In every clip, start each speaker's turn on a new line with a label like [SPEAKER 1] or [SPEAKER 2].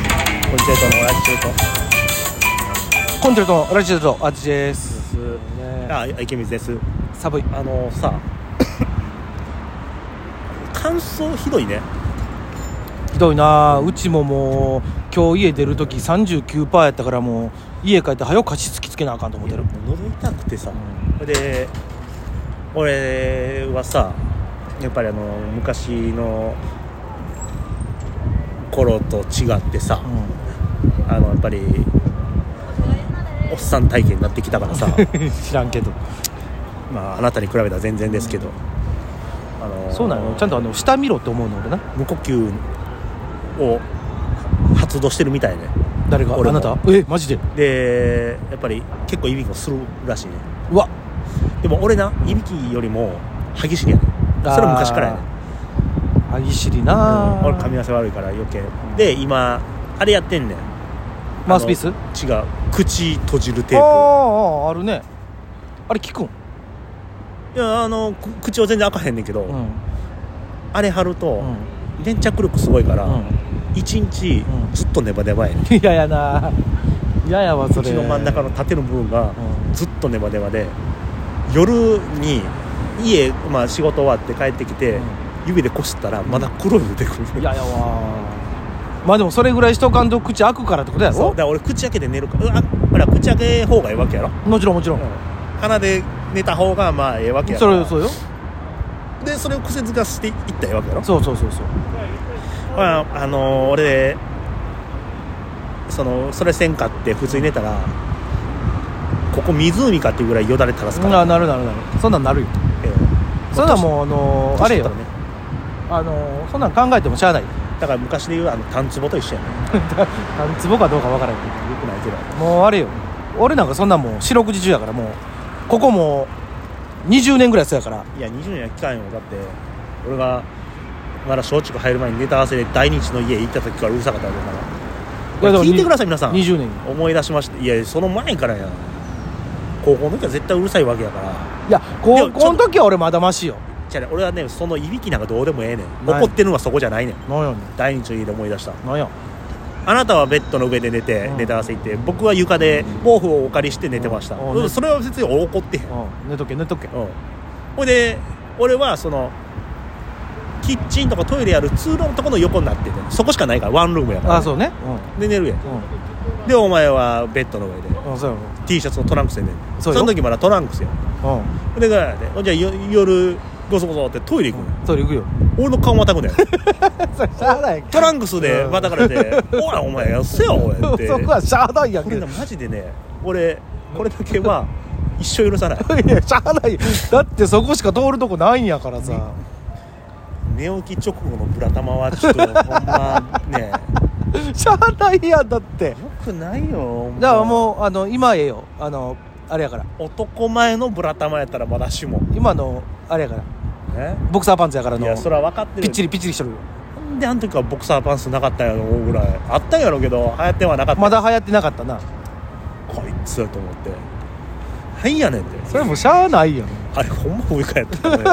[SPEAKER 1] チェルトの親父チェル
[SPEAKER 2] コンテルトのラジオとアジです、ね
[SPEAKER 1] ト、あ池水です
[SPEAKER 2] 寒い
[SPEAKER 1] あのさ 乾燥ひどいね
[SPEAKER 2] ひどいなうちももう今日家出る時39%やったからもう家帰って早く加湿器つけなあかんと思ってる
[SPEAKER 1] もう喉痛くてさで俺はさやっぱりあの昔の頃と違ってさ、
[SPEAKER 2] うん、
[SPEAKER 1] あのやっぱりおっさん体験になってきたから さ
[SPEAKER 2] 知らんけど
[SPEAKER 1] まああなたに比べたら全然ですけど、あの
[SPEAKER 2] そうなのちゃんとあの下見ろって思うの俺な
[SPEAKER 1] 無呼吸を発動してるみたいね
[SPEAKER 2] 誰があ
[SPEAKER 1] 俺も
[SPEAKER 2] なたえマジで
[SPEAKER 1] でやっぱり結構いびきもするらしいね
[SPEAKER 2] うわ
[SPEAKER 1] でも俺ないびきよりも歯ぎしりやね
[SPEAKER 2] あー
[SPEAKER 1] それは昔からやね
[SPEAKER 2] 歯ぎしりな、
[SPEAKER 1] 俺噛み合わせ悪いから余計で今あれやってんねん
[SPEAKER 2] マウスピース
[SPEAKER 1] あの違う口閉じるテ
[SPEAKER 2] あ
[SPEAKER 1] ー
[SPEAKER 2] ああるねあれ聞くん、
[SPEAKER 1] プいやあのく口を全然開かへんねんけど、
[SPEAKER 2] うん
[SPEAKER 1] あれ貼ると、
[SPEAKER 2] うん
[SPEAKER 1] 粘着力すごいから、
[SPEAKER 2] うん
[SPEAKER 1] 一日
[SPEAKER 2] うん
[SPEAKER 1] ずっとネバネバやねん
[SPEAKER 2] 嫌やな嫌やわそれ
[SPEAKER 1] 口の真ん中の縦の部分が
[SPEAKER 2] うん
[SPEAKER 1] ずっとネバネバで夜に家、まあ、仕事終わって帰ってきて、
[SPEAKER 2] うん
[SPEAKER 1] 指でこすったらまだ黒いの出てくる、
[SPEAKER 2] いややわまあでもそれぐらいしとかんと口開くからってことや
[SPEAKER 1] そうだ
[SPEAKER 2] ろ
[SPEAKER 1] から俺口開けて寝るからうわほら口開け方がええわけやろ、
[SPEAKER 2] もちろんもちろん、
[SPEAKER 1] 鼻で寝た方がまあええわけや
[SPEAKER 2] そ
[SPEAKER 1] ろ
[SPEAKER 2] れそうよ
[SPEAKER 1] でそれを癖づかしていったらええわけやろ
[SPEAKER 2] そうそうそうそう
[SPEAKER 1] まあ、あの俺そのそれせんかって普通に寝たらここ湖かっていうぐらいよだれ垂らすから、
[SPEAKER 2] あなるなるなるそんなんなるよ
[SPEAKER 1] ええ
[SPEAKER 2] そんなんもうあのーあれよ
[SPEAKER 1] 年取ったらね
[SPEAKER 2] あのーそんなん考えてもしゃあない
[SPEAKER 1] だから昔で言うあのタンツボと一緒やね
[SPEAKER 2] 何坪かどうかわからんけ
[SPEAKER 1] よくないけど
[SPEAKER 2] どもうあれよ俺なんかそんなんもう四六時中やからもうここもう20年ぐらいそうやから
[SPEAKER 1] いや20年は期間よだって俺がまだ松竹入る前にネタ合わせで大日の家行った時からうるさかったわけだからいや聞いてください皆さん
[SPEAKER 2] 20年
[SPEAKER 1] 思い出しましたいやその前からや高校の時は絶対うるさいわけやから
[SPEAKER 2] いや
[SPEAKER 1] で
[SPEAKER 2] 高
[SPEAKER 1] もちょ
[SPEAKER 2] 校の時は俺まだましよ
[SPEAKER 1] じゃあね俺はねそのいびきなんかどうでもええねん
[SPEAKER 2] ない
[SPEAKER 1] 怒ってるのはそこじゃないねん
[SPEAKER 2] なんやね
[SPEAKER 1] 大日の家で思い出した
[SPEAKER 2] んなんや
[SPEAKER 1] あなたはベッドの上で寝て
[SPEAKER 2] うん
[SPEAKER 1] ネタ合わせ行って僕は床で毛布をお借りして寝てました、
[SPEAKER 2] うん
[SPEAKER 1] うんそれは別に怒ってへん、うん、
[SPEAKER 2] うん寝とけ寝とけ
[SPEAKER 1] ほいで俺はそのキッチンとかトイレやる通路のとこの横になっててそこしかないからワンルームやから、
[SPEAKER 2] あそうね
[SPEAKER 1] で寝るやん
[SPEAKER 2] うんう
[SPEAKER 1] でお前はベッドの上で
[SPEAKER 2] んうんそうや
[SPEAKER 1] T シャツのトランクスで寝る
[SPEAKER 2] そうよ
[SPEAKER 1] の時まだトランクスやほ
[SPEAKER 2] ろ
[SPEAKER 1] んでからやでほんじゃあよ夜ゴソゴソってトイレ行くのよ
[SPEAKER 2] うんそれ行くよ
[SPEAKER 1] 俺の顔また くねん
[SPEAKER 2] それしゃあない
[SPEAKER 1] トランクスでまたから で「ほらお前やせよお前」って
[SPEAKER 2] そこはしゃあないやん
[SPEAKER 1] こ
[SPEAKER 2] け
[SPEAKER 1] れ
[SPEAKER 2] ど
[SPEAKER 1] ねマジでね俺これだけは一生許さない
[SPEAKER 2] いやしゃあないよだってそこしか通るとこないんやからさ
[SPEAKER 1] 寝起き直後のブラ玉はちょっとほんま ね
[SPEAKER 2] しゃあないやんだって
[SPEAKER 1] よくないよ
[SPEAKER 2] だからもうあの今ええよあのあれやから
[SPEAKER 1] う男前のブラ玉やったらまだしも
[SPEAKER 2] 今のあれやから
[SPEAKER 1] ね
[SPEAKER 2] ボクサーパンツやから
[SPEAKER 1] い
[SPEAKER 2] の
[SPEAKER 1] やそれは分かってる
[SPEAKER 2] ピッチリピッチリしとるよ
[SPEAKER 1] なんであの時はボクサーパンツなかったんやろうぐらいあったんやろうけど流行ってはなかった
[SPEAKER 2] まだ流行ってなかったな
[SPEAKER 1] こいつと思ってはいやねんって
[SPEAKER 2] それもうしゃあないやん
[SPEAKER 1] あれほんま追い返ったよね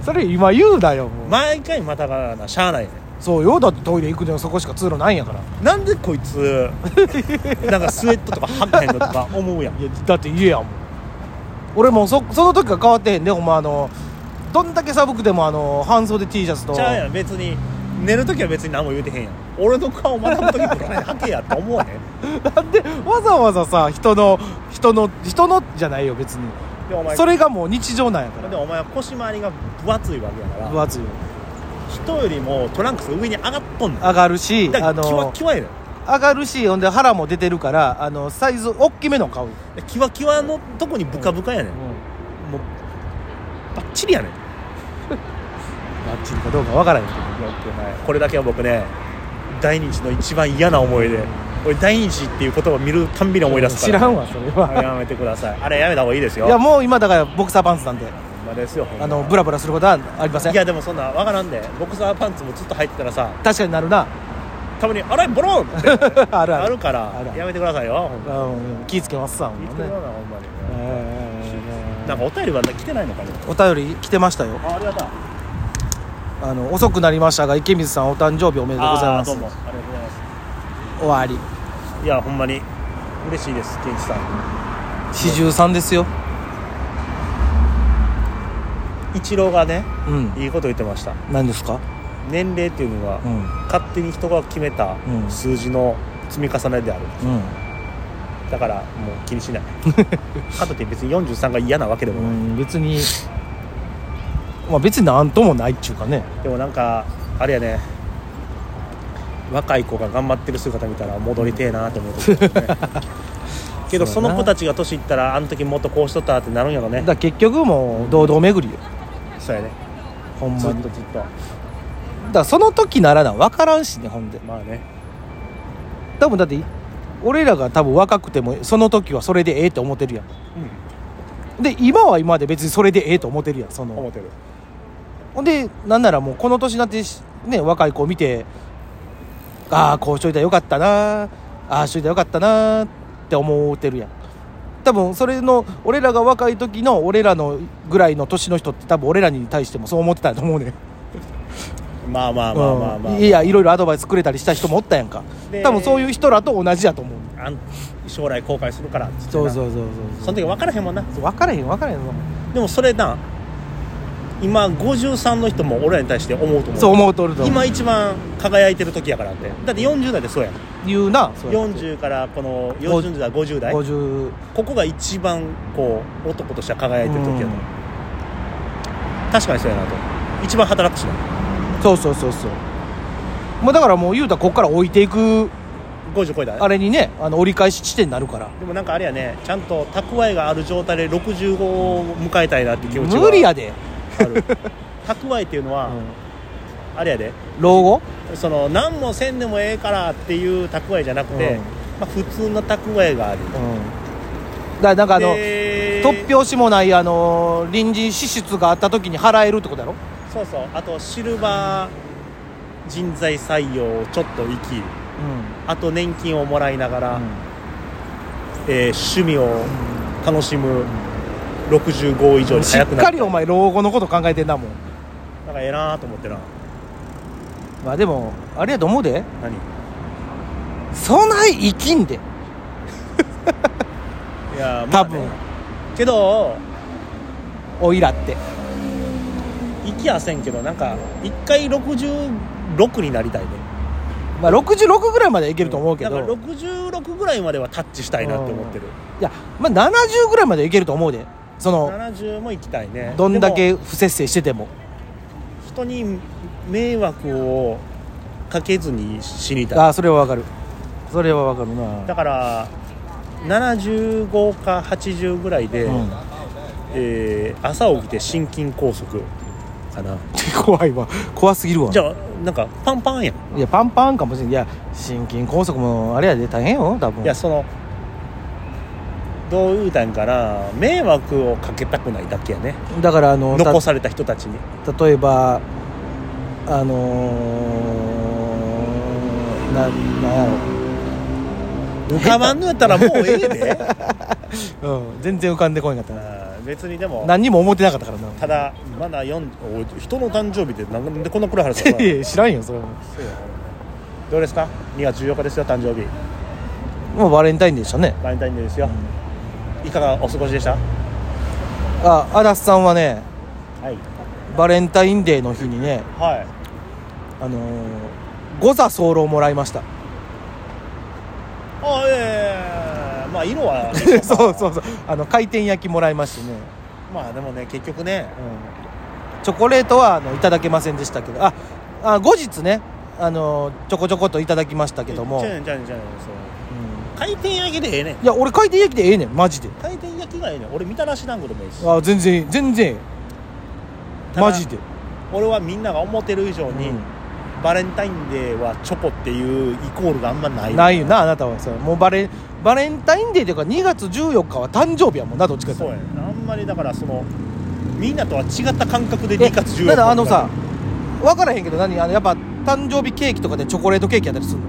[SPEAKER 2] それ今言うなよもう
[SPEAKER 1] 毎回またがなしゃあないね
[SPEAKER 2] そうよだってトイレ行くのよそこしか通路ないんやから
[SPEAKER 1] なんでこい つなんかスウェットとか履かへんのとか思うやん
[SPEAKER 2] いやだって家やもん俺もうそその時が変わってへんでほんまあのどんだけ寒くてもあの半袖 T シャツと
[SPEAKER 1] ちゃうやん別に寝るときは別に何も言うてへんやん俺の顔学ぶときこれはけやって思わへん
[SPEAKER 2] なんでわざわざさ人の人の人のじゃないよ別に
[SPEAKER 1] でお前
[SPEAKER 2] それがもう日常なんやか
[SPEAKER 1] で
[SPEAKER 2] ら
[SPEAKER 1] お前は腰回りが分厚いわけやか
[SPEAKER 2] 分
[SPEAKER 1] ら
[SPEAKER 2] 厚いよ
[SPEAKER 1] 人よりもトランクス上に上がっとんねん
[SPEAKER 2] 上がるし
[SPEAKER 1] だか
[SPEAKER 2] あ
[SPEAKER 1] らキワ
[SPEAKER 2] の
[SPEAKER 1] キワやねん
[SPEAKER 2] 上がるしほんで腹も出てるからあのサイズ大きめの買うよ、
[SPEAKER 1] でキワキワのとこにブカブカやねんも
[SPEAKER 2] う
[SPEAKER 1] うバッチリやねん
[SPEAKER 2] ん、バッチリかどうかわからへんけど
[SPEAKER 1] これだけは僕ね大日の一番嫌な思い出俺大日っていう言葉見るたんびに思い出す
[SPEAKER 2] 知
[SPEAKER 1] から
[SPEAKER 2] んわそれは
[SPEAKER 1] やめてくださいあれやめた方がいいですよ
[SPEAKER 2] いやもう今だからボクサーパンツなんで
[SPEAKER 1] ほんまですよほんま
[SPEAKER 2] あのブラブラすることはありません
[SPEAKER 1] いやでもそんなわからんでボクサーパンツもずっと入ってたらさ
[SPEAKER 2] 確かになるな
[SPEAKER 1] たまに「あれボロン!」って
[SPEAKER 2] あるあ
[SPEAKER 1] あ
[SPEAKER 2] る
[SPEAKER 1] るか
[SPEAKER 2] あるあ
[SPEAKER 1] ら
[SPEAKER 2] る
[SPEAKER 1] やめてくださいよほんま
[SPEAKER 2] うん、気ぃつけますさほん
[SPEAKER 1] 言っ
[SPEAKER 2] ま
[SPEAKER 1] てる
[SPEAKER 2] ね
[SPEAKER 1] よなほんま
[SPEAKER 2] え
[SPEAKER 1] に
[SPEAKER 2] ー
[SPEAKER 1] なんかお便りは来てないのかね
[SPEAKER 2] お便り来てましたよ
[SPEAKER 1] あありがとう
[SPEAKER 2] あの遅くなりましたが池水さんお誕生日おめでとうござい
[SPEAKER 1] あ
[SPEAKER 2] ま
[SPEAKER 1] ー
[SPEAKER 2] す
[SPEAKER 1] どうもありがとうございます
[SPEAKER 2] 終わり
[SPEAKER 1] いやほんまに嬉しいです健一さん
[SPEAKER 2] 四十三ですよ
[SPEAKER 1] 一郎がね
[SPEAKER 2] うん
[SPEAKER 1] いいこと言ってました
[SPEAKER 2] 何ですか
[SPEAKER 1] 年齢っていうのは、
[SPEAKER 2] うん
[SPEAKER 1] 勝手に人が決めた
[SPEAKER 2] うん
[SPEAKER 1] 数字の積み重ねである、
[SPEAKER 2] うん
[SPEAKER 1] だからもう気にし ないかといって別に43が嫌なわけでも
[SPEAKER 2] う
[SPEAKER 1] ない、
[SPEAKER 2] ん別にまあ別になんともないっちゅうかね
[SPEAKER 1] でもなんかあれやね若い子が頑張ってる姿見たら戻りてえなと思う時あるねけどそ
[SPEAKER 2] そうやな
[SPEAKER 1] の子たちが年いったらあの時もっとこうしとったってなるんやろね
[SPEAKER 2] だから結局もう堂々巡りよ
[SPEAKER 1] そうやね
[SPEAKER 2] ほん
[SPEAKER 1] ず
[SPEAKER 2] ま
[SPEAKER 1] っ
[SPEAKER 2] に
[SPEAKER 1] とずっと
[SPEAKER 2] だからその時ならな分からんしねほんで
[SPEAKER 1] まあね
[SPEAKER 2] 多分だって俺らが多分若くてもその時はそれでええって思ってるやんで今は今で別にそれでええと思ってるやんそ
[SPEAKER 1] うん思
[SPEAKER 2] の
[SPEAKER 1] ってる
[SPEAKER 2] ほんでなんならもうこの年になってしね若い子を見てああこうしといたらよかったなああしといたらよかったなって思ってるやん多分それの俺らが若い時の俺らのぐらいの年の人って多分俺らに対してもそう思ってたと思うねん
[SPEAKER 1] まあまあまあまあまあ、
[SPEAKER 2] うんいやいろいろアドバイスくれたりした人もおったやんか
[SPEAKER 1] で
[SPEAKER 2] 多分そういう人らと同じやと思う
[SPEAKER 1] あん将来後悔するからっつってな
[SPEAKER 2] そうそうそう
[SPEAKER 1] そ
[SPEAKER 2] そう
[SPEAKER 1] の時分からへんもんな
[SPEAKER 2] 分からへん分からへん
[SPEAKER 1] でもそれな今53の人も俺らに対して思うと思う
[SPEAKER 2] そう思うとると思う
[SPEAKER 1] 今一番輝いてる時やからってだって40代でそうやん
[SPEAKER 2] 言うなそうやって
[SPEAKER 1] 40からこの40代50代
[SPEAKER 2] 50
[SPEAKER 1] ここが一番こう男としては輝いてる時やと、確かにそうやなと一番働くしな
[SPEAKER 2] うんそうそうそうそうもうだからもう言うたらこっから置いていく
[SPEAKER 1] 50超えたらね
[SPEAKER 2] あれにねあの折り返し地点になるから
[SPEAKER 1] でもなんかあれやねちゃんと蓄えがある状態で65を迎えたいなって気持ちが
[SPEAKER 2] 無理やで、
[SPEAKER 1] ある蓄えっていうのは、
[SPEAKER 2] うん
[SPEAKER 1] あれやで
[SPEAKER 2] 老後
[SPEAKER 1] その何もせんでもええからっていう蓄えじゃなくて、
[SPEAKER 2] うん
[SPEAKER 1] まあ、普通の蓄えがある
[SPEAKER 2] うんだからなんかあの
[SPEAKER 1] で
[SPEAKER 2] 突拍子もないあの臨時支出があった時に払えるってことやろ
[SPEAKER 1] そうそうあとシルバー人材採用をちょっと生き
[SPEAKER 2] う
[SPEAKER 1] あと年金をもらいながら、
[SPEAKER 2] ん
[SPEAKER 1] えー趣味を楽しむ65以上に
[SPEAKER 2] し
[SPEAKER 1] 早
[SPEAKER 2] っ
[SPEAKER 1] くな
[SPEAKER 2] か
[SPEAKER 1] っ
[SPEAKER 2] りお前老後のこと考えてんなもん
[SPEAKER 1] なんかええなと思ってな
[SPEAKER 2] まあでもあれやと思うで
[SPEAKER 1] 何い
[SPEAKER 2] そない生きんで
[SPEAKER 1] やま
[SPEAKER 2] 多
[SPEAKER 1] あ、
[SPEAKER 2] 分、
[SPEAKER 1] ね、けど
[SPEAKER 2] おいらって
[SPEAKER 1] 生きやせんけどなんか一回66になりたいね
[SPEAKER 2] まあ、66ぐらいまではいけると思うけど、
[SPEAKER 1] だから66ぐらいまではタッチしたいなって思ってる
[SPEAKER 2] いや、まあ、70ぐらいまではいけると思うでその
[SPEAKER 1] 70も行きたいね
[SPEAKER 2] どんだ
[SPEAKER 1] で
[SPEAKER 2] け
[SPEAKER 1] も
[SPEAKER 2] 不節制してても
[SPEAKER 1] 人に迷惑をかけずに死に
[SPEAKER 2] あ
[SPEAKER 1] たい
[SPEAKER 2] あそれはわかるそれはわかるな
[SPEAKER 1] だから75か80ぐらいで、
[SPEAKER 2] うん、
[SPEAKER 1] えー朝起きて心筋梗塞かな
[SPEAKER 2] 怖いわ怖すぎるわ
[SPEAKER 1] じゃあなんかパンパンやん
[SPEAKER 2] いやパンパンかもしれんいや心筋梗塞もあれやで大変よ多分
[SPEAKER 1] いやそのどう言うたんかな迷惑をかけたくないだけやね
[SPEAKER 2] だからあのた
[SPEAKER 1] 残された人たちに
[SPEAKER 2] 例えばあのー、ななん
[SPEAKER 1] 浮かばんのやったらもうええで
[SPEAKER 2] やろ、うん、全然浮かんでこいなかったな
[SPEAKER 1] あー別にでも
[SPEAKER 2] 何にも思ってなかったから な
[SPEAKER 1] ただまだ4おい人の誕生日ってなんでこんな暗い話するの
[SPEAKER 2] い やいや知らんよそれは
[SPEAKER 1] どうですか2月14日ですよ誕生日
[SPEAKER 2] もうバレンタインでしたね
[SPEAKER 1] バレンタインデーですよ、いかがお過ごしでした
[SPEAKER 2] あ足立さんはね
[SPEAKER 1] はい
[SPEAKER 2] バレンタインデーの日にね
[SPEAKER 1] はい
[SPEAKER 2] あのー、五座候をもらいました
[SPEAKER 1] あええまあ色は
[SPEAKER 2] そうそうそうあの回転焼きもらいましてね、
[SPEAKER 1] まあでもね結局ね
[SPEAKER 2] うん、チョコレートはあのいただけませんでしたけどああ後日ねあのーちょこちょこっといただきましたけども、
[SPEAKER 1] じゃあ
[SPEAKER 2] うん
[SPEAKER 1] ねじゃあねじゃあねそう回転焼きでええねん
[SPEAKER 2] いや俺回転焼きでええねんマジで
[SPEAKER 1] 回転焼きがええねん俺みたらし団子でもいいし
[SPEAKER 2] あ全然全然
[SPEAKER 1] ただ
[SPEAKER 2] マジで、
[SPEAKER 1] 俺はみんなが思ってる以上
[SPEAKER 2] う
[SPEAKER 1] に、バレンタインデーはチョコっていうイコールがあんまない
[SPEAKER 2] ん、ないよなあなたはさもうバレバレンタインデーというか2月14日は誕生日やもんなどっちかって
[SPEAKER 1] そうやねんあんまりだからそのみんなとは違った感覚で
[SPEAKER 2] え
[SPEAKER 1] 2月14日
[SPEAKER 2] ただあのさ分からへんけど何あのやっぱ誕生日ケーキとかでチョコレートケーキやったりするの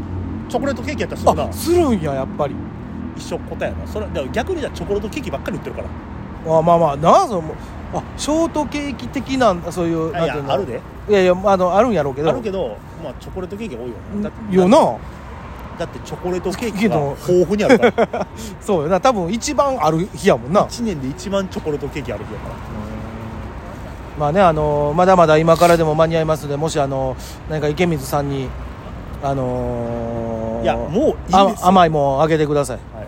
[SPEAKER 1] チョコレートケーキやったらそうだ
[SPEAKER 2] あするんややっぱり
[SPEAKER 1] 一緒っ答えやなそれだから逆にじゃあチョコレートケーキばっかり売ってるから
[SPEAKER 2] あまあまあなあそのあショートケーキ的なそういう
[SPEAKER 1] あい
[SPEAKER 2] なんて
[SPEAKER 1] や
[SPEAKER 2] いうの
[SPEAKER 1] あるで
[SPEAKER 2] いやいやあのあるんやろうけど
[SPEAKER 1] あるけどまあチョコレートケーキが多いよなだって
[SPEAKER 2] よな
[SPEAKER 1] だってチョコレートケー
[SPEAKER 2] け
[SPEAKER 1] キが
[SPEAKER 2] ど
[SPEAKER 1] 豊富にあるから
[SPEAKER 2] そうよな多分一番ある日やもんな
[SPEAKER 1] 1年で一番チョコレートケーキある日やから
[SPEAKER 2] まあねあのまだまだ今からでも間に合いますのでもしあの何か池水さんにあのー
[SPEAKER 1] いやもういいですよ
[SPEAKER 2] あ甘いもんあげてください
[SPEAKER 1] は